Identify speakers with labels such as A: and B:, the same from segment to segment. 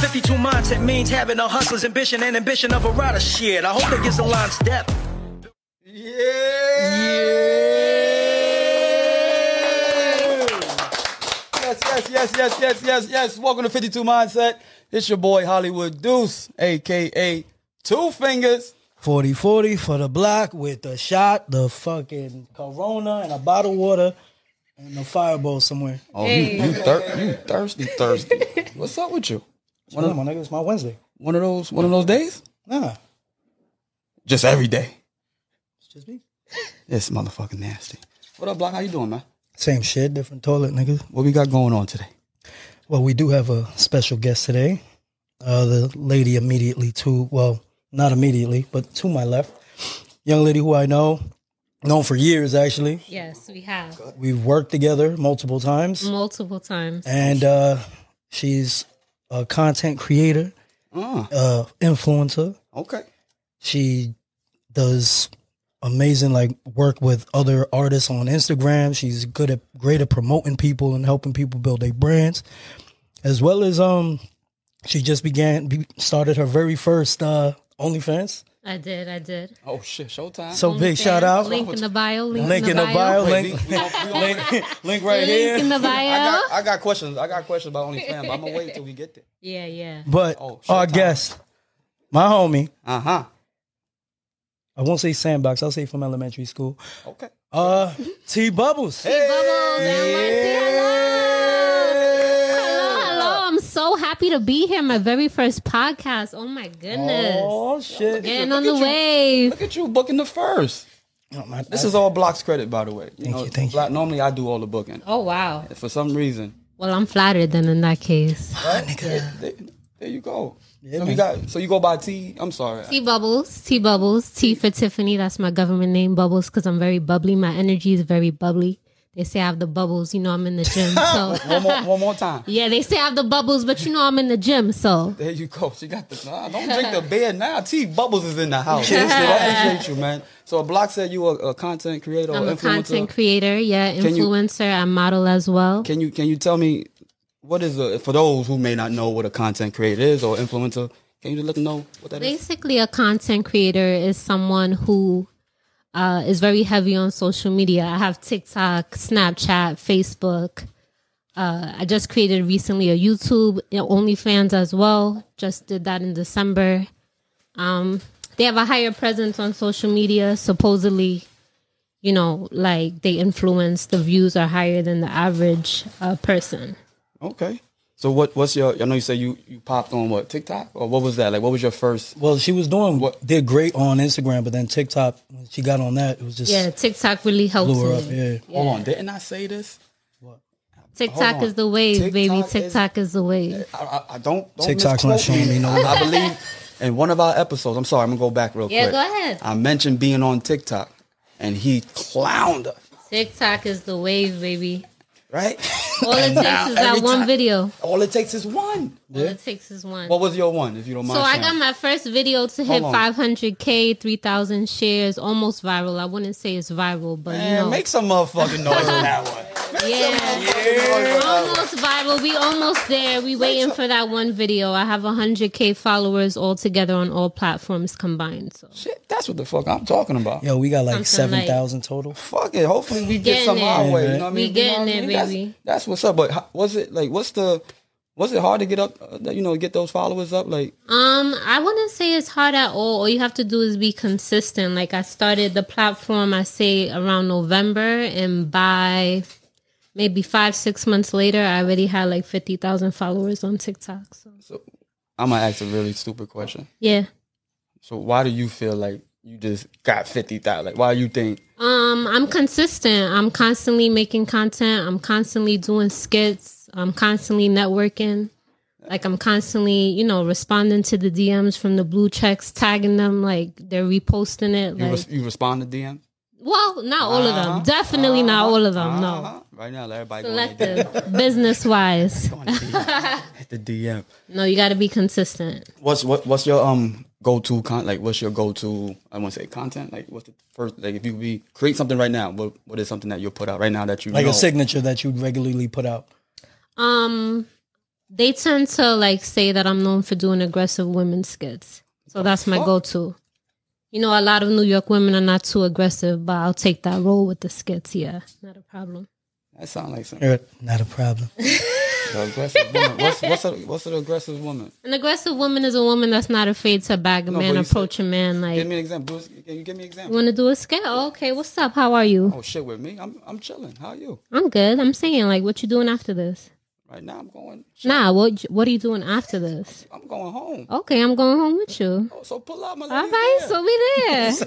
A: 52 mindset means having a hustler's ambition and ambition of a rider. Shit, I hope it gets a line step.
B: Yeah. Yes, yes, yes, yes, yes, yes, yes. Welcome to 52 Mindset. It's your boy Hollywood Deuce, aka Two Fingers.
C: 40 40 for the block with the shot, the fucking Corona, and a bottle of water, and a fireball somewhere.
D: Oh, you, you, thir- you thirsty, thirsty. What's up with you?
C: One of my niggas, it's my Wednesday.
B: One of those, one of those days.
C: Nah,
B: Just every day.
C: it's just me.
B: It's motherfucking nasty. What up, Block? How you doing, man?
C: Same shit, different toilet, nigga.
B: What we got going on today?
C: Well, we do have a special guest today. Uh, the lady immediately to, well, not immediately, but to my left. Young lady who I know, known for years actually.
E: Yes, we have
C: We've worked together multiple times.
E: multiple times.
C: And uh, she's a content creator,
B: Ah,
C: uh, influencer.
B: okay.
C: She does amazing like work with other artists on Instagram. She's good at great at promoting people and helping people build their brands. As well as um she just began be- started her very first uh OnlyFans.
E: I did, I did.
B: Oh shit, showtime.
C: So big
E: OnlyFans,
C: shout out. Link,
E: Link in the bio. Link,
C: in the bio,
B: Wait,
C: link,
B: we- we gon- we gon-
C: link, link right
E: Link
C: here.
E: in the
B: I
E: bio.
B: got, I got questions. I got questions about OnlyFans. but I'm gonna wait till we get there.
E: Yeah, yeah.
C: but
B: Oh,
C: our
B: Showtime.
C: guest, my homie,
B: Uh huh.
C: I won't say sandbox, I'll say from elementary school.
B: Okay.
C: Uh T Bubbles.
E: Bubbles and Marcy, hello. hello, hello. I'm so happy to be here. My very first podcast. Oh my goodness.
C: Oh shit.
E: Getting
B: look
E: on the
B: at you.
E: wave.
B: Look at you booking the first.
C: Oh, my-
B: This is all Block's credit, by the way. You
C: Thank you, thank you.
B: Block- Normally, I do all the booking.
E: Oh wow.
B: For some reason,
E: Well, I'm flattered then in that case.
B: there, there you go. so we got. So you go by T. I'm sorry.
E: T Bubbles, T Bubbles, T for Tiffany. That's my government name, Bubbles, because I'm very bubbly. My energy is very bubbly. They say I have the bubbles. You know, I'm in the gym.
B: One
E: So,
B: more, one more time.
E: yeah, they say I have the bubbles, but you know, I'm in the gym. So,
B: There you go. She got the. Nah, don't drink the beer now. T Bubbles is in the house. I appreciate you, man. So Block said you were a content creator, or
E: I'm a
B: Oh, influencer.
E: content creator. Yeah,
B: you-
E: influencer. I model as well.
B: Can you can you tell me what is a for those who may not know what a content creator is or influencer? Can you just let them know what that is?
E: Basically, a content creator is someone who uh, is very heavy on social media. I have TikTok, Snapchat, Facebook. Uh, I just created recently a YouTube, you know, OnlyFans as well. Just did that in December. Um, they have a higher presence on social media. Supposedly, you know, like they influence the views are higher than the average uh, person.
B: Okay. So what what's your? I know you say you you popped on what TikTok or what was that like? What was your first?
C: Well, she was doing
B: What-
C: did great on Instagram, but then TikTok when she got on that, it was just
E: Yeah, TikTok really helps
C: blew her
E: me.
C: up. Yeah,
B: Hold on, didn't I say this?
E: TikTok
B: Hold on.
E: is the wave, baby.
B: TikTok is-
E: TikTok is the wave.
B: I, I, I don't, don't
C: TikTok's not
B: misquote
C: showing me no-
B: I, I believe in one of our episodes. I'm sorry, I'm gonna go back real
E: Yeah,
B: quick.
E: go ahead.
B: I mentioned being on TikTok, and he clowned us.
E: TikTok is the wave, baby.
B: Right.
E: All it
B: And
E: takes
B: now
E: is that
B: every
E: one
B: time-
E: video.
B: All it takes is one.
E: All it takes is one.
B: What was your one, if you don't
E: so
B: mind?
E: I
B: sharing?
E: got my first video to hit
B: Hold on.
E: 500k, 3,000 shares, almost viral. I wouldn't say it's viral, but you
B: Man,
E: know,
B: make some motherfucking noise on that one.
E: yeah, almost viral. We almost there. We waiting for that one video. I have 100k followers altogether on all platforms combined. So
B: Shit, that's what the fuck I'm talking about.
C: yo, we got like
E: Something
C: seven
E: like-
C: thousand total.
B: Fuck it. Hopefully we get
E: Getting
B: some our
E: there.
B: way. You know what I
E: We
B: mean?
E: getting
B: you know what I
E: there,
B: mean? That's-
E: baby.
B: That's, what's up. But how, was it like? What's the? Was it hard to get up? uh, You know, get those followers up. Like,
E: Um, I wouldn't say it's hard at all. All you have to do is be consistent. Like I started the platform, I say around November, and by maybe five six months later, I already had like fifty thousand followers on TikTok. So
B: so I'm gonna ask a really stupid question.
E: yeah.
B: So why do you feel like you just got fifty thousand? Like, why you think?
E: Um, I'm consistent. I'm constantly making content. I'm constantly doing skits. I'm constantly networking. Like I'm constantly, you know, responding to the DMs from the blue checks, tagging them, like they're reposting it.
B: You,
E: Like
B: res- you respond to DM?
E: Well, not all of them. Definitely not all of them. No.
B: Uh-huh. Right now, let everybody go on the DM.
E: Selective, business wise.
B: Go on the DM. Hit the DM.
E: No, you got to be consistent.
B: What's what what's your um go to con like what's your go to I want to say content like what's the first like if you be create something right now what what is something that you'll put out right now that you
C: Like
B: know?
C: a signature that you regularly put out.
E: Um, They tend to like say that I'm known for doing aggressive women skits. So that's my go to. You know, a lot of New York women are not too aggressive, but I'll take that role with the skits. Yeah, not a problem.
B: That sounds like some
C: Eh, Not a problem.
B: aggressive woman. What's what's a, what's an aggressive woman?
E: An aggressive woman is a woman that's not afraid to bag a
B: No,
E: man,
B: but you
E: approach a man
B: Give
E: like,
B: me an example. Do- Can you give me an example?
E: want to do a skit? Oh, okay, what's up? How are you?
B: Oh shit, with me, I'm I'm chilling. How are you?
E: I'm good. I'm saying like, what you doing after this?
B: Right now, I'm going.
E: Nah, what what are you doing after this?
B: I'm going home.
E: Okay, I'm going home with you.
B: Oh, so pull up, my
E: All
B: lady.
E: right, so we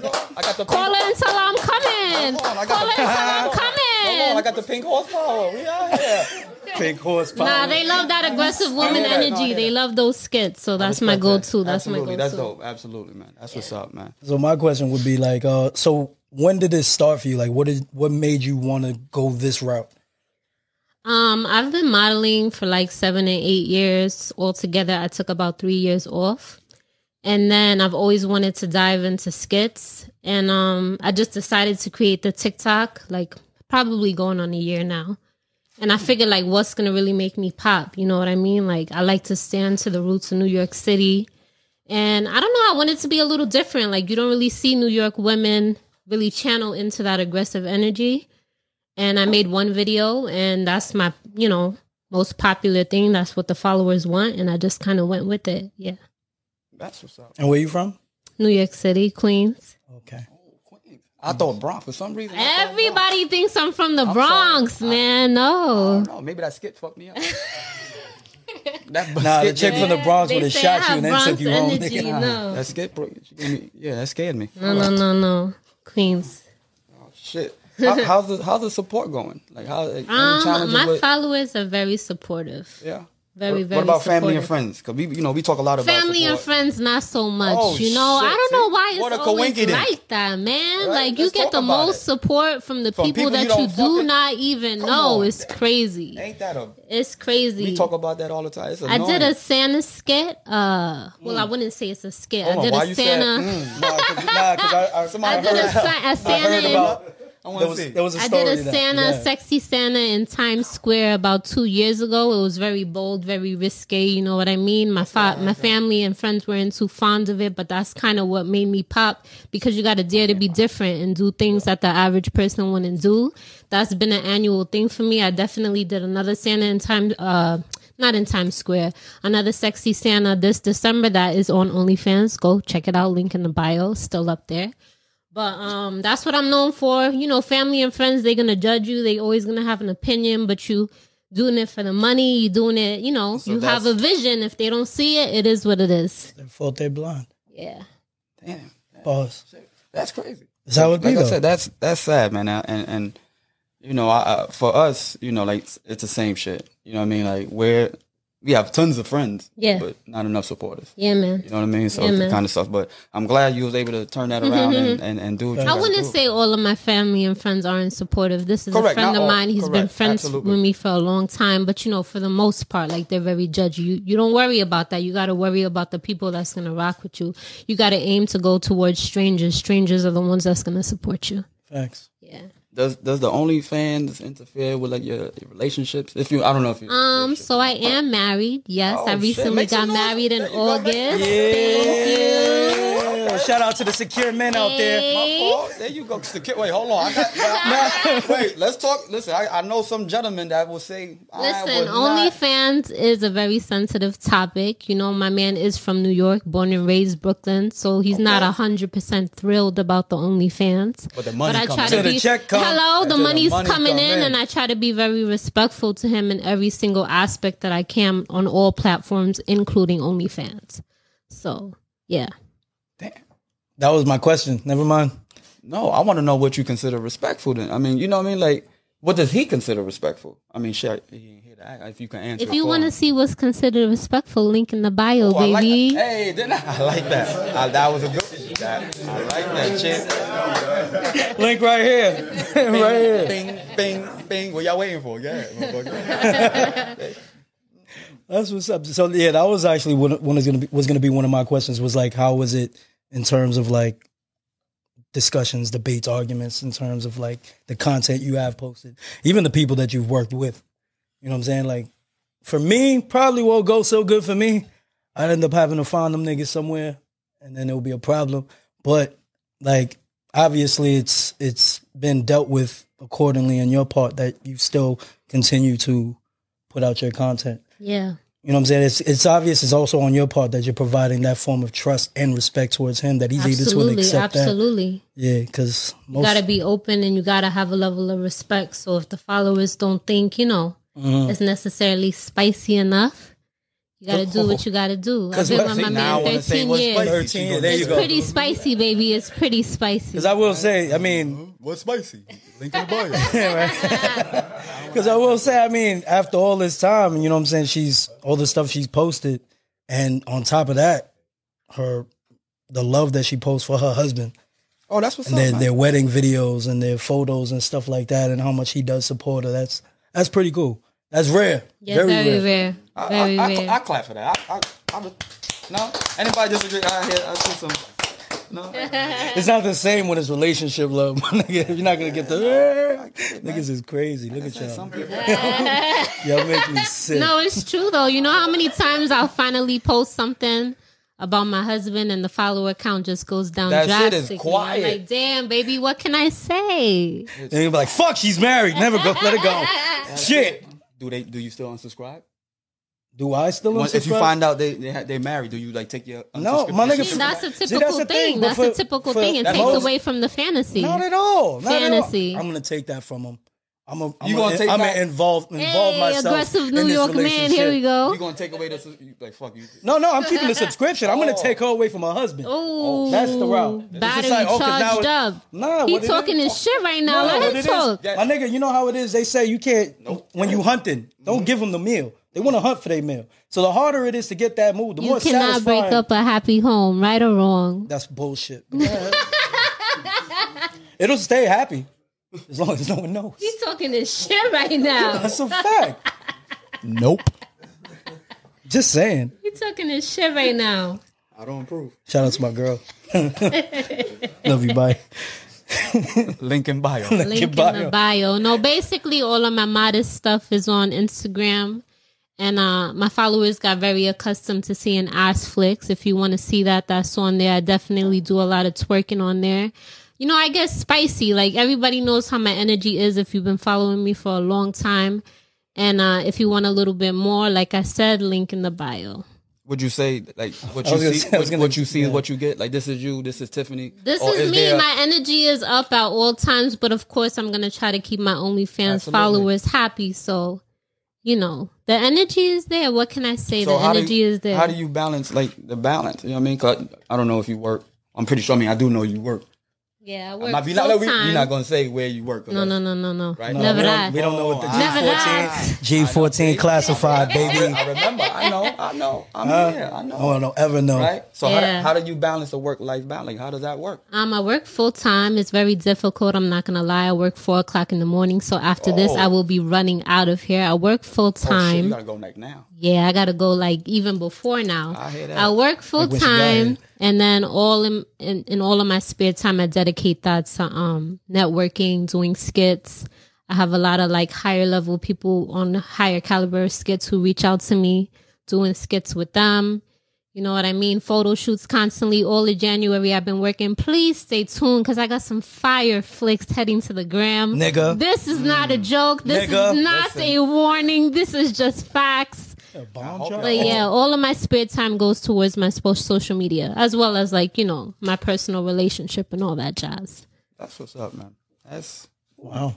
E: there.
B: I got the pink.
E: Call her until I'm coming.
B: Hold on, I got
E: Call her
B: the-
E: until I'm
B: Hold on, I
E: coming.
B: got the pink horsepower. We out here.
C: Pink horsepower.
E: Nah, they love that aggressive woman
B: hear that. No, I
E: energy.
B: hear
E: They
B: that.
E: love those skits, so that's my
B: Respect
E: go
B: that.
E: to. That's my
B: Absolutely,
E: go
B: That's
E: to.
B: dope. Absolutely, man. That's what's up, man.
C: So my question would be like, uh, so when did this start for you? Like, what did what made you want to go this route?
E: Um, I've been modeling for like seven and eight years altogether. I took about three years off, and then I've always wanted to dive into skits, and um, I just decided to create the TikTok. Like probably going on a year now. And I figured, like, what's gonna really make me pop? You know what I mean? Like, I like to stand to the roots of New York City, and I don't know. I wanted to be a little different. Like, you don't really see New York women really channel into that aggressive energy. And I made one video, and that's my, you know, most popular thing. That's what the followers want, and I just kind of went with it. Yeah,
B: That's what's up.
C: And where you from?
E: New York City, Queens.
C: Okay.
B: Oh, Queens. I thought Bronx for some reason. I thought Bronx.
E: Everybody thinks I'm from the Bronx, man.
B: I
E: No.
B: don't know. Maybe that skit fucked me up. that
C: Nah, the
B: skit
C: chick
B: gave me-
C: from the Bronx
E: They
C: would have
E: say I
C: shot you
E: have
C: and then
E: Bronx
C: took you home.
E: energy.
B: Nah,
E: no.
B: That skit broke. she gave me- Yeah, that scared me.
E: No, no, no, no. Queens.
B: Oh, Shit. How, how's the how's the support going? Like how like, any
E: Um,
B: challenges
E: my
B: with,
E: followers are very supportive.
B: yeah.
E: Very,
B: what,
E: very
B: What about family and
E: supportive.
B: friends? Cause we you know we talk a lot about
E: Family and
B: support.
E: friends, not so much.
B: Oh,
E: you know,
B: shit.
E: I don't know
B: See?
E: why
B: What
E: it's
B: a
E: always
B: coincidence.
E: like that, man.
B: Right?
E: Like you
B: Let's
E: get
B: talk
E: the
B: about
E: most
B: it.
E: support from the
B: From
E: people,
B: people
E: that
B: you
E: you,
B: don't
E: do
B: fucking-
E: not even
B: Come
E: know.
B: on.
E: It's crazy.
B: Ain't that a
E: It's crazy.
B: we talk about that all the time? It's
E: I
B: annoying.
E: did a Santa skit. Uh, well, I wouldn't say it's a skit.
B: Hold
E: I
B: on,
E: did
B: Oh why
E: a
B: you
E: Santa.
B: Said, mm,
C: Nah, 'cause- nah, 'cause I, I,
B: somebody
E: I did a,
B: heard that.
E: Sa- a
C: I
E: Santa.
C: heard
E: in-
C: about.
B: I
C: There
B: want to
C: was,
B: see.
C: there was a
E: I
C: story.
E: did a
C: that-
E: Santa,
C: yeah.
E: sexy Santa in Times Square about two years ago. It was very bold, very risque. You know what I mean? My fa- my family and friends weren't too fond of it, but that's kind of what made me pop because you got to dare to be different and do things that the average person wouldn't do. That's been an annual thing for me. I definitely did another Santa in Times. Uh, not in Times Square. Another sexy Santa this December that is on OnlyFans. Go check it out. Link in the bio. Still up there. But um, that's what I'm known for. You know, family and friends, they're gonna judge you. They always gonna have an opinion, but you doing it for the money, you doing it, you know, you have a vision. If they don't see it, it is what it is.
C: They're full, they're blind.
E: Yeah.
B: Damn,
C: Pause.
B: that's crazy.
C: That's how it be
B: like I
C: though.
B: said, that's that's sad, man. Uh, And and you know, I, I, for us, you know, like it's- it's the same shit. You know what I mean? Like we're we have tons of friends,
E: Yeah.
B: but not enough supporters.
E: Yeah, man.
B: You know what I mean? So
E: Yeah,
B: it's
E: man. Mm-hmm.
B: the kind of stuff. But I'm glad you was able to turn that around and, and, and do what you
E: I
B: gotta
E: wouldn't
B: do.
E: say all of my family and friends aren't supportive. This is a
B: Correct,
E: friend
B: not
E: of
B: all.
E: mine. He's been
B: Correct,
E: friends
B: absolutely.
E: with me for a long time, but you know, for the most part, like they're very judgy. You, you don't worry about that. You got to worry about the people that's gonna rock with you. You got to aim to go towards strangers. Strangers are the ones that's gonna support you.
C: Facts.
E: Yeah.
B: Does does the OnlyFans interfere with like your, your relationships? If you, I don't know if you.
E: Um, so I am married. Yes,
B: Oh,
E: I
B: shit.
E: recently
B: Make
E: got
B: some noise.
E: married in
B: There you go.
E: August. Thank you.
C: Yeah. Shout out to the secure men out there.
E: Hey.
B: Oh, there you go. Secure- Wait, hold on. I got, nah, wait, let's talk. Listen, I, I know some gentlemen that will say, I
E: Listen,
B: would not-
E: OnlyFans is a very sensitive topic. You know, my man is from New York, born and raised Brooklyn, so he's not not hundred percent thrilled about the OnlyFans.
B: But the money comes
C: Till the check come.
E: hello, the
B: the
E: money's
B: money
E: coming
B: come
E: in,
B: in.
E: and I try to be very respectful to him in every single aspect that I can on all platforms, including OnlyFans. So yeah.
C: That was my question. Never mind.
B: No, I want to know what you consider respectful. Then I mean, you know what I mean? Like, what does he consider respectful? I mean, shit, he ain't here to act. If you can answer,
E: If you
B: for
E: want to
B: him.
E: see what's considered respectful, link in the bio,
B: Oh, I like
E: baby.
B: that. Hey, didn't I? I like that. I, that was a good. That, I like that shit.
C: Link right here. right here.
B: Bing, bing, bing. What y'all waiting for? Yeah. motherfucker.
C: That's what's up. So yeah, that was actually one one is gonna be was gonna be one of my questions was like how was it in terms of like discussions, debates, arguments in terms of like the content you have posted, even the people that you've worked with. You know what I'm saying? Like for me, probably won't go so good for me. I'd end up having to find them niggas somewhere, and then it'll be a problem. But like, obviously, it's it's been dealt with accordingly on your part that you still continue to put out your content.
E: Yeah.
C: You know what I'm saying? It's it's obvious. It's also on your part that you're providing that form of trust and respect towards him that he's able to
E: Absolutely.
C: accept that.
E: Absolutely.
C: Yeah, because
E: You
C: most
E: gotta be open and you gotta have a level of respect. So if the followers don't think, you know, it's necessarily spicy enough, you gotta do what you gotta do. I've
C: 'Cause
E: been
C: what-
E: with
C: see,
E: my
D: now I
E: man
D: wanna say
E: 13
D: what's
E: years.
D: spicy.
C: 13. There you
E: It's
C: go.
E: pretty spicy, baby. It's pretty spicy.
C: Because I will say, I mean,
D: Mm-hmm. What's spicy? Link in the bio.
C: Because I will say, I mean, after all this time, you know what I'm saying? She's all the stuff she's posted, and on top of that, her the love that she posts for her husband,
D: Oh, that's what's
C: and their
D: up.
C: their wedding videos and their photos and stuff like that, and how much he does support her. That's that's pretty cool. That's rare.
E: yeah, very, rare.
D: I,
E: Very
D: I,
E: rare.
D: I, I clap for that. I, I, I, no, anybody disagree? I hear. I see some. No,
C: It's not the same when it's relationship love. my nigga. You're not gonna get the niggas is crazy. Look at y'all.
D: some people.
C: Y'all make me sick.
E: No, it's true though. You know how many times I'll finally post something about my husband and the follower count just goes down
D: That shit is
E: drastically.
D: quiet.
E: I'm like, damn, baby, what can I say?
C: And you be like, "Fuck, she's married. Never go. Let it go." Shit.
D: Do they? Do you still unsubscribe?
C: Do I still?
D: Once- if you
C: unsubscribe?
D: find out they they ha- they married, do you like take your
C: No, my nigga,
E: See, that's a typical
C: See, that's the
E: thing.
C: thing, but
E: That's
C: for-
E: a typical
C: for-
E: thing. It
C: that
E: takes
C: most-
E: away from the fantasy.
C: Not at all. Not at all.
E: Fantasy.
C: I'm gonna take that from him. I'm a, I'm
D: You
C: gonna,
D: gonna take
C: I'm
D: that-
C: gonna involve involve
E: hey,
C: myself.
E: aggressive
C: in
E: New
C: this
E: York man. Here we
C: relationship.
E: go.
D: You gonna take away the sus- you- like fuck you?
C: No, no, I'm keeping the subscription. I'm gonna
D: Oh.
C: take her away from her husband.
E: Oh,
C: That's the route. It's just
E: Battery
C: like, oh, 'cause
E: charged
C: now-
E: up.
C: Nah,
E: he
C: what it
E: talking
C: is-
E: his shit right now.
C: No,
E: Let
C: what
E: him
C: it is-
E: talk.
D: that-
C: my nigga, you know how it is. They say you can't when you hunting. Don't
D: Mm-hmm.
C: give them the meal. They want to hunt for their meal. So the harder it is to get that move, the
E: you
C: more
E: cannot
C: satisfying.
E: break up a happy home, right or wrong.
C: That's bullshit. But go ahead. It'll stay happy as long as no one knows.
E: He's talking his shit right now.
C: That's a fact.
D: Nope.
C: Just saying.
E: He's talking his shit right now.
D: I don't approve.
C: Shout out to my girl. Love you, bye.
D: Link in bio.
E: Link
C: Your
E: in
C: bio.
E: the bio. No, basically all of my modest stuff is on Instagram. And uh, my followers got very accustomed to seeing ass flicks. If you want to see that, that's on there. I definitely do a lot of twerking on there. You know, I get spicy. Like everybody knows how my energy is if you've been following me for a long time. And uh, if you want a little bit more, like I said, link in the bio.
D: Would you say like what
C: I
D: you
C: was gonna
D: see?
C: say- I was
D: what,
C: gonna-
D: what you see
C: yeah.
D: is what you get. Like this is you. This is Tiffany.
E: This
D: or
E: is, me.
D: there-
E: My energy is up at all times, but of course, I'm gonna try to keep my OnlyFans
D: Absolutely.
E: followers happy. So, you know, the energy is there. What can I say?
D: So
E: the
D: how do
E: energy
D: you-
E: is there.
D: How do you balance like the balance? You know what I mean? 'Cause I don't know if you work. I'm pretty sure. I mean, I do know you work.
E: yeah, I
D: I
E: work
D: might be not,
E: full
D: we-
E: time.
D: you're not gonna say where you work.
E: no, no, no, no, no.
D: Right? No,
E: Never
C: we,
E: that.
C: don't, we don't know what the
E: Never that.
C: G14 G14 classified, baby.
D: I remember. I know. I know. I'm here. I know.
C: No one will Oh, ever know.
D: Right. So how,
E: Yeah.
D: do, how do you balance the work life balance? How does that work?
E: Um, I work full time. It's very difficult. I'm not gonna lie. I work four o'clock in the morning. So after this,
D: Oh.
E: I will be running out of here. I work full
D: Oh, shit, you
E: time.
D: gotta go like now.
E: Yeah, I gotta go like even before now.
D: I hear that.
E: work full
C: when she got
E: time,
C: here.
E: and then all in, in in all of my spare time, I dedicate that to um networking, doing skits. I have a lot of like higher level people on higher caliber skits who reach out to me, doing skits with them. You know what I mean? Photo shoots constantly. All of January, I've been working. Please stay tuned because I got some fire flicks heading to the gram.
C: Nigga. Mm.
E: this is not a joke. This
C: Nigga.
E: is not a warning. This is just facts. But yeah,
C: Oh.
E: all of my spare time goes towards my spo- social media, as well as like you know my personal relationship and all that jazz.
D: That's what's up, man. That's
C: Wow.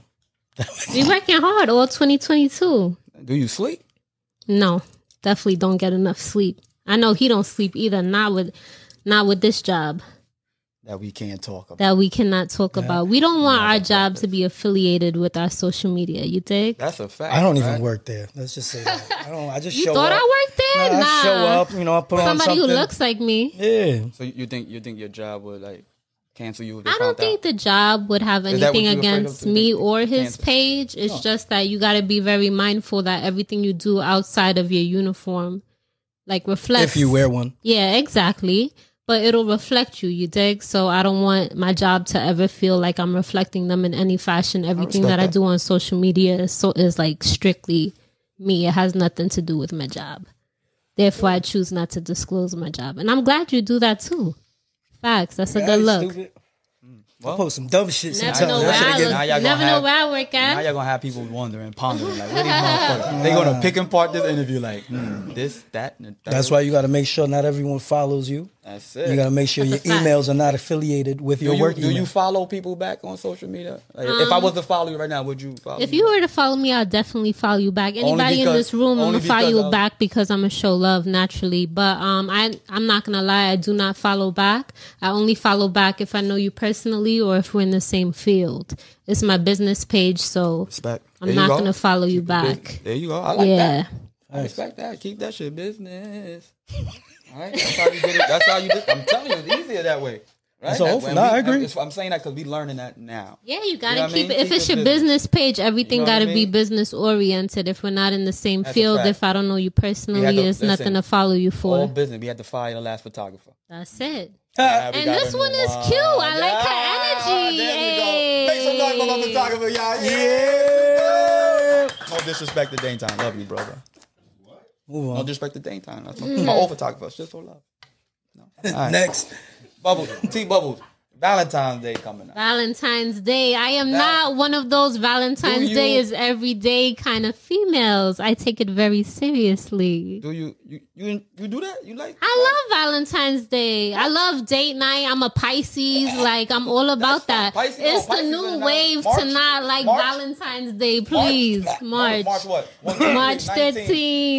E: We working hard all 2022.
D: do you sleep?
E: No, definitely don't get enough sleep. I know he don't sleep either. Not with, not with this job
D: That we can't talk about.
E: that we cannot talk about. We don't want our job to be affiliated with our social media. You dig?
D: That's a fact.
C: I don't even
D: right?
C: work there. Let's just say that. I don't. I just
E: You
C: show
E: thought
C: up.
E: I worked there?
C: Nah,
E: Nah.
C: I show up. You know, I put on
E: Somebody
C: something.
E: who looks like me.
C: Yeah.
D: So you think you think your job would like cancel you? If they
E: I don't
D: found out?
E: think the job would have
D: Is that what
E: anything
D: you afraid of?
E: against
D: You think
E: me
D: they
E: or his
D: cancel?
E: page. It's just that you got to be very mindful that everything you do outside of your uniform, like reflects.
C: If you wear one,
E: yeah, exactly. But it'll reflect you. You dig? So I don't want my job to ever feel like I'm reflecting them in any fashion. Everything that, I do on social media is so is like strictly me. It has nothing to do with my job. Therefore, I choose not to disclose my job. And I'm glad you do that too. Facts. That's a good look.
C: Stupid. I post some dumb shit
E: Never know
C: sometimes.
E: where
B: That shit
E: I
B: again, now y'all
E: look.
B: gonna
E: Never know
B: have-
E: where I work
B: Now
E: at.
B: y'all gonna have people wondering, pondering, like, what these motherfuckers? They gonna pick and part this interview, like, hmm, this, that, and the third.
C: That's why you got to make sure not everyone follows you.
B: That's
C: You
B: it.
C: got to make sure your
E: That's a fact.
C: emails are not affiliated with
B: do
C: your
B: you,
C: work
B: do
C: email.
B: you follow people back on social media? Like, if I was to follow you right now, would you follow?
E: Um, If
B: me
E: you were to follow me, I'll definitely follow you back. Anybody in
B: because-
E: this room, I'm
B: only
E: gonna follow
B: because
E: you
B: I-
E: back because I'm gonna show love naturally. But um, I I'm not gonna lie, I do not follow back. I only follow back if I know you personally or if we're in the same field. It's my business page, so
B: back?
E: I'm
B: There you
E: not
B: go.
E: gonna follow you
B: Bus-
E: back.
B: There you go. I like that.
E: Yeah,
B: I respect that. Keep that shit business. All right, that's how you get it. That's how you. Do, I'm telling you, it's easier that way. Right?
C: So
B: That-
C: hopefully-
B: and
C: no, I agree.
B: it's- I'm saying that because we learning that now.
E: yeah, you gotta
B: You know what I
E: keep
B: mean?
E: it. If
B: Keep
E: it's
B: it
E: your business page, everything
B: You know what I
E: gotta be
B: mean?
E: business oriented. If we're not in the same
B: a
E: field,
B: fact.
E: if I don't know you personally,
B: to-
E: it's
B: listen,
E: nothing to follow you
B: All
E: for.
B: business. We had to fire the last photographer.
E: That's it.
B: Now we
E: Uh, And
B: got
E: this
B: a new
E: one is cute. I like her energy.
B: oh, There we go. Make some noise for my
E: Hey.
B: photographer, y'all. Yeah. No disrespect to Dane Time. Love you, brother.
C: Move on.
B: No disrespect to Dane Time. That's
E: Mm.
B: my, my old photographer. It's just so love. No. All right.
C: Next.
B: Bubbles. T Bubbles. Valentine's Day coming up.
E: Valentine's Day. I am
B: Now-
E: not one of those Valentine's
B: Do you-
E: Day is every day kind of females. I take it very seriously.
B: Do you you you, you do that? You like?
E: I love Valentine's Day. I love date night. I'm a Pisces. Like I'm all about that.
B: Pisces- no,
E: it's the
B: Pisces is
E: new
B: not-
E: wave
B: March?
E: to not like
B: March? Oh,
E: Valentine's Day, please. March.
B: March what? One, two,
E: March
B: three,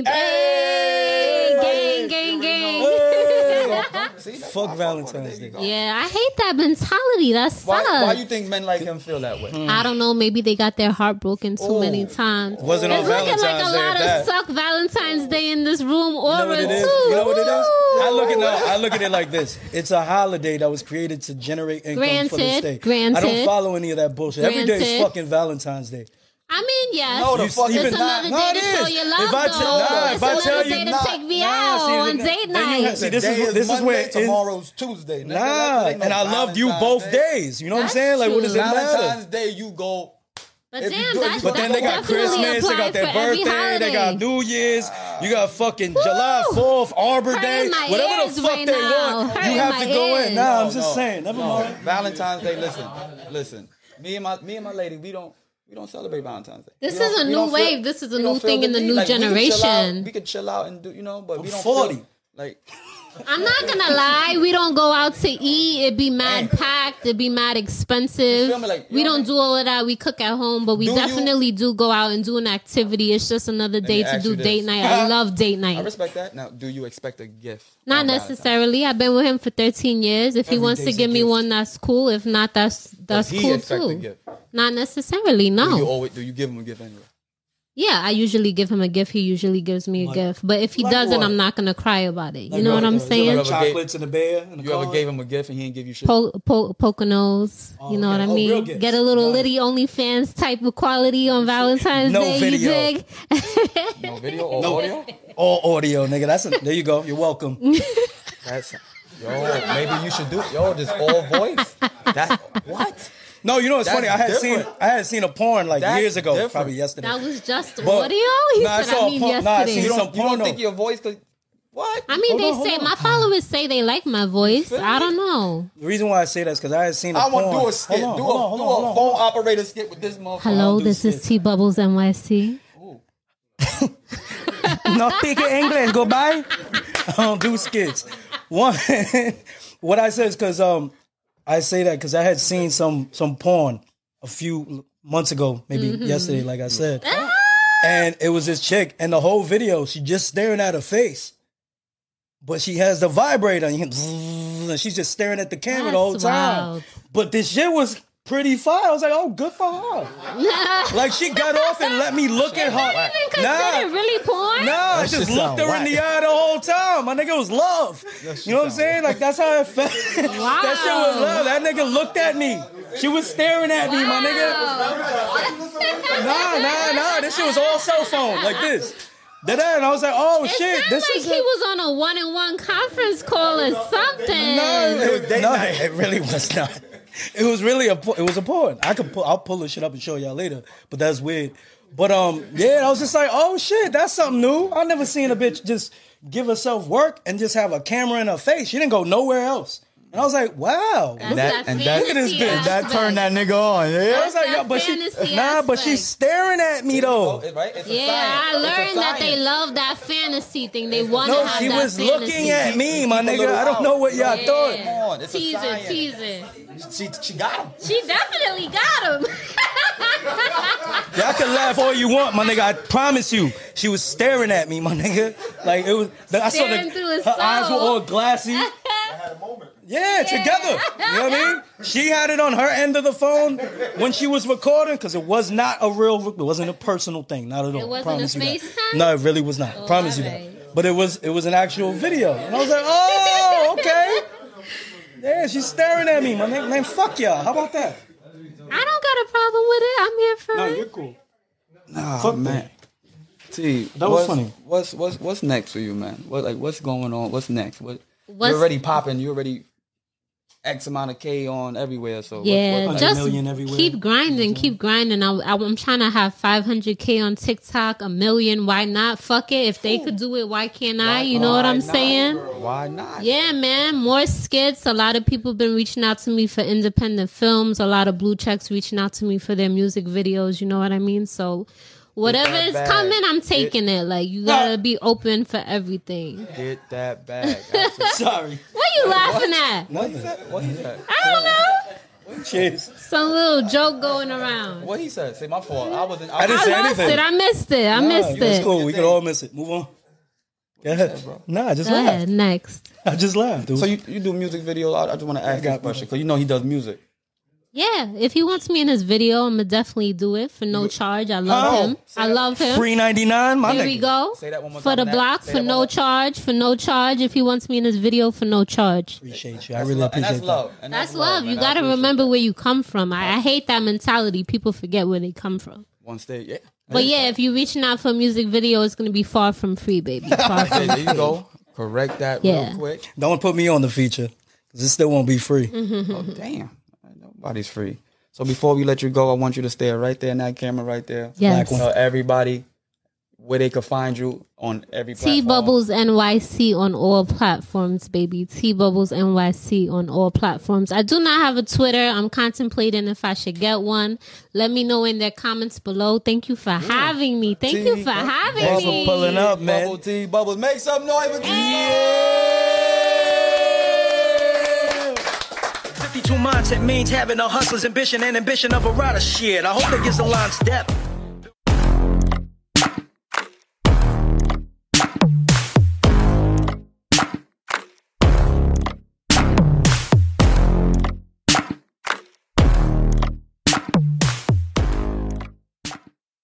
B: 19.
E: 13th.
B: Hey!
E: Hey, gang, gang, gang.
B: See, that's
C: Fuck
B: why I
C: Valentine's
B: with it. There you
C: Day.
B: go.
E: Yeah, I hate that mentality. That sucks.
B: Why, why you think men like him feel that way?
C: Hmm.
E: I don't know. Maybe they got their heart broken too
B: Oh.
E: many times.
B: Wasn't
E: it's
B: on
E: looking like
B: Valentine's
E: a
B: Day at
E: lot
B: that.
E: of suck Valentine's Day in this room
C: You know
E: aura
C: what it is?
E: too.
C: You know what it is? I look at
E: Woo!
C: no, I look at it like this. It's a holiday that was created to generate income for the
E: Granted,
C: state. I
E: granted.
C: don't follow any of that bullshit. Every day is
E: Granted.
C: fucking Valentine's Day.
E: I mean, yes.
B: No, the
C: You-
B: fuck
C: you
E: it's
B: even
E: another
C: Nah,
E: day
C: it
E: to
C: is.
E: show your love,
C: If I
E: though.
C: tell- nah,
E: it's
C: if I
E: another
C: tell
E: day
C: you-
E: to
C: nah,
E: take me
C: nah,
E: out
C: see,
E: on
C: look at-
E: date
C: then you
E: night.
C: have See, this
B: Today
C: is- this is
B: Monday,
C: where it-
B: tomorrow's Tuesday. nigga.
C: Nah,
B: That ain't no
C: and I loved you
B: Valentine's
C: both
B: Day.
C: days. You know what I'm
E: That's
C: saying? Like, what does it
E: true.
C: matter?
B: Valentine's Day, you go. If
E: But damn,
B: you do it,
E: that,
B: you
C: But then
E: that
C: they got
E: definitely
C: Christmas, they
E: applies
C: got their
E: for every
C: birthday, they got
E: holiday.
C: New Year's, you got fucking July
E: Woo!
C: 4th, Arbor
E: Hurting
C: Day,
E: my
C: whatever
E: ears
C: the fuck
E: right
C: they
E: now.
C: want,
E: Hurting
C: you have
E: my
C: to go
E: ears.
C: in. Nah, I'm
B: No,
C: just
B: no,
C: saying. Never
B: no.
C: mind.
B: Valentine's Day. Listen, listen. Me and my me and my lady, we don't we don't celebrate Valentine's Day.
E: This
B: We don't-
E: is a
B: we
E: new
B: don't feel-
E: wave. This is a
B: we
E: new
B: don't feel
E: thing in the
B: need.
E: new
B: Like, we could chill out-
E: generation.
B: We could chill out and do you know, but we don't.
C: 40.
B: feel- Like
E: I'm not gonna lie, we don't go out to eat. It'd be mad packed. It'd be mad expensive.
B: You feel me? Like, you
E: we
B: know
E: don't
B: what I
E: do all of that. We cook at home, but we
B: Do you-
E: definitely do go out and do an activity. It's just another day
B: me
E: to
B: ask
E: do
B: you this.
E: date night. I love
B: I
E: date night.
B: respect that. Now, do you Oh, expect a gift?
E: Not
B: on Valentine's?
E: necessarily. I've been with him for 13 years. If he wants to
C: day's a
E: give me
C: gift.
E: one, that's cool. If not, that's that's
B: he
E: cool
B: expect a
E: too.
B: gift?
E: Not necessarily.
B: Do you
E: No.
B: always do you give him a gift anyway?
E: Yeah, I usually give him a gift. He usually gives me a gift. But if he
C: like
E: doesn't,
C: what?
E: I'm not gonna cry about it. You
C: Like
E: know what
C: what?
E: I'm
C: Like what?
E: saying?
B: ever gave-
C: Chocolates in the bear.
B: You ever gave him a gift and he didn't give you shit?
E: po- po- Poconos. you know
C: okay.
E: what I
C: Oh, real
E: mean?
C: gifts.
E: Get a little
C: Got it.
E: Liddy OnlyFans type of quality on Valentine's
C: No
E: Day.
C: video.
E: You dig?
B: no video or audio?
C: All audio, nigga. That's a, there you go. You're welcome.
B: That's yo. Maybe you should do yo. Just all voice. That what?
C: No, you know it's
B: That's
C: funny. I had
B: different.
C: seen I had seen a porn like
B: That's
C: years ago,
B: different.
C: probably yesterday.
E: That was just
C: But-
E: audio. He
C: Nah, I
E: said,
C: saw
E: I
C: a
E: mean
C: porn- nah, I
E: yesterday.
C: seen
B: You
C: some-
B: don't, you don't
C: porno.
B: think your voice could what?
E: I mean,
C: Hold
E: they
C: on, hold
E: say
C: on.
E: my followers say they like my voice.
B: feel
E: I
B: me?
E: don't know.
C: the reason why I say that is because I had seen a
B: I
C: porn.
B: want to do a skit.
C: Hold on,
B: do a,
C: hold on, hold
B: do
C: on,
B: a
C: hold
B: phone
C: on.
B: operator skit with this motherfucker.
E: Hello,
C: do
E: this is
C: shit.
E: T Bubbles NYC.
C: no speaking English. Goodbye. I don't do skits. One, what I said is because um, I say that because I had seen some some porn a few months ago, maybe
E: Mm-hmm.
C: yesterday, like I said,
E: Ah!
C: and it was this chick, and the whole video she just staring at her face, but she has the vibrator, and, you can- and she's just staring at the camera the whole
E: That's
C: time.
E: wild.
C: But this shit was. Pretty fire. I was like, oh, good for her. like she got off and let me look at her.
E: Even
C: Nah,
E: considered really porn?
C: Nah, I
B: That
C: just
B: shit
C: looked
B: sound
C: her in the eye the whole time. My nigga was love. You know what I'm saying? Like that's how it felt. that shit was love. That nigga looked at me. She was staring at me, my nigga. Nah, nah, nah. This shit was all cell phone, like this. Da-da, And I was like, oh
E: It
C: shit,
E: sounds
C: this
E: like
C: is.
E: he
C: a-
E: was on a one-on-one conference call or something.
C: no,
B: It was
C: it,
B: date
C: no,
B: night.
C: it really was not. It was really a. por- It was a porn. I could pull. I'll pull this shit up and show y'all later. But that's weird. But um, yeah, I was just like, oh shit, that's something new. I never seen a bitch just give herself work and just have a camera in her face. She didn't go nowhere else. And I was like, wow.
E: That's
B: That-
E: that,
B: and that-
E: fantasy
B: Look at
C: this dude.
B: That
E: aspect.
B: turned that nigga on.
C: I
B: Yeah.
C: was like,
E: that
C: yo, but she,
E: fantasy
C: nah, but she's
E: aspect.
C: staring at me though.
B: Oh, Right? It's
E: Yeah, I learned that they love that fantasy thing. They want to
C: No,
E: have
C: she
E: that
C: was
E: fantasy.
C: looking at me, my
B: Keep a
C: nigga.
B: little
C: I don't know what y'all
E: Yeah.
C: thought.
B: on, it's a
E: teaser,
B: science.
E: teaser.
B: She, she got him.
E: She definitely got him.
C: Y'all can laugh all you want, my nigga. I promise you, she was staring at me, my nigga. Like it was. I saw
E: Staring
C: the,
E: through his
C: her eyes were
E: soul.
C: all glassy. I Yeah, together. You know what I mean? She had it on her end of the phone when she was recording because it was not a real, it wasn't a personal thing, not at all.
E: It wasn't a
C: Promise you that.
E: FaceTime?
C: No, it really was not.
E: Oh,
C: Promise you
E: alright.
C: that. But it was, it was an actual video, and I was like, oh, okay. Yeah, she's staring at me, my nigga. Man, fuck y'all. How about that?
E: I don't got a problem with it. I'm here for it.
C: cool.
B: Oh
C: Fuck
B: man. T,
C: That was
B: what's-
C: funny.
B: What's what's what's next for you, man? What like what's going on? What's next? What
E: What's-
B: you're already popping? You already X amount of K on everywhere. So what-
E: Yeah,
B: what, like-
E: just
C: million everywhere.
E: keep grinding, keep grinding. I, I, am trying to have 500k on TikTok, a million. Why not? Fuck it. If they could do it, why can't I? You know what
B: why
E: I'm
B: not,
E: saying?
B: girl? Why not?
E: Yeah, man. More skits. A lot of people been reaching out to me for independent films. A lot of blue checks reaching out to me for their music videos. You know what I mean? So. Whatever
B: that
E: is
B: bag.
E: coming, I'm taking it. Like you gotta be open for everything.
B: Get that back. Absolutely.
C: Sorry.
E: What you laughing at?
C: Nothing.
B: what he said?
E: I don't know.
C: Cheers.
E: Some little joke going around.
B: What he said? Say my fault. I wasn't. I,
C: I didn't
E: I
B: was-
C: say
E: lost
C: anything.
E: it. I missed it. I missed
C: Nah, It's
E: it.
C: cool. We could all miss it. Move on. Go ahead. Nah, I just
E: Go
C: laughed.
E: ahead, next.
C: I just laughed, dude.
B: So you, you do music video? I, I just want to ask this question because you know he does music.
E: Yeah, if he wants me in his video, I'm gonna definitely do it for no charge. I love
C: Oh,
E: him. I love him.
C: Free 99, my
E: Here
C: nigga.
E: we go.
B: Say that one more
E: for
B: time,
E: the
B: Nat.
E: block,
B: Say
E: for
B: that one
E: no
B: more-
E: charge, for no charge. If he wants me in his video, for no charge.
C: Appreciate you. I really
B: and
C: appreciate
B: that's
C: that.
B: love. And
E: That's
B: love.
E: love.
B: man.
E: You
B: I
E: gotta
B: appreciate
E: remember
B: that.
E: where you come from. I, I hate that mentality. People forget where they come from.
B: One stage. Yeah.
E: But yeah, if you're reaching out for a music video, it's gonna be far from free, baby. Far
B: Hey,
E: from
B: there you go. Correct that
E: Yeah.
B: real quick.
C: Don't put me on the feature because it still won't be free.
B: Oh, damn. Nobody's free. So before we let you go, I want you to stay right there in that camera right there.
E: Yes.
B: Tell everybody where they could find you on every
E: T
B: platform.
E: Bubbles NYC on all platforms, baby. T Bubbles NYC on all platforms. I do not have a Twitter. I'm contemplating if I should get one. Let me know in the comments below. Thank you for having me. Thank you for having
C: Thanks for
E: me.
C: pulling up, man.
B: Bubble T Bubbles. Make some noise for T.
F: 52 mindset means having a hustler's ambition and ambition of a rider shit. I hope that gives the lines depth.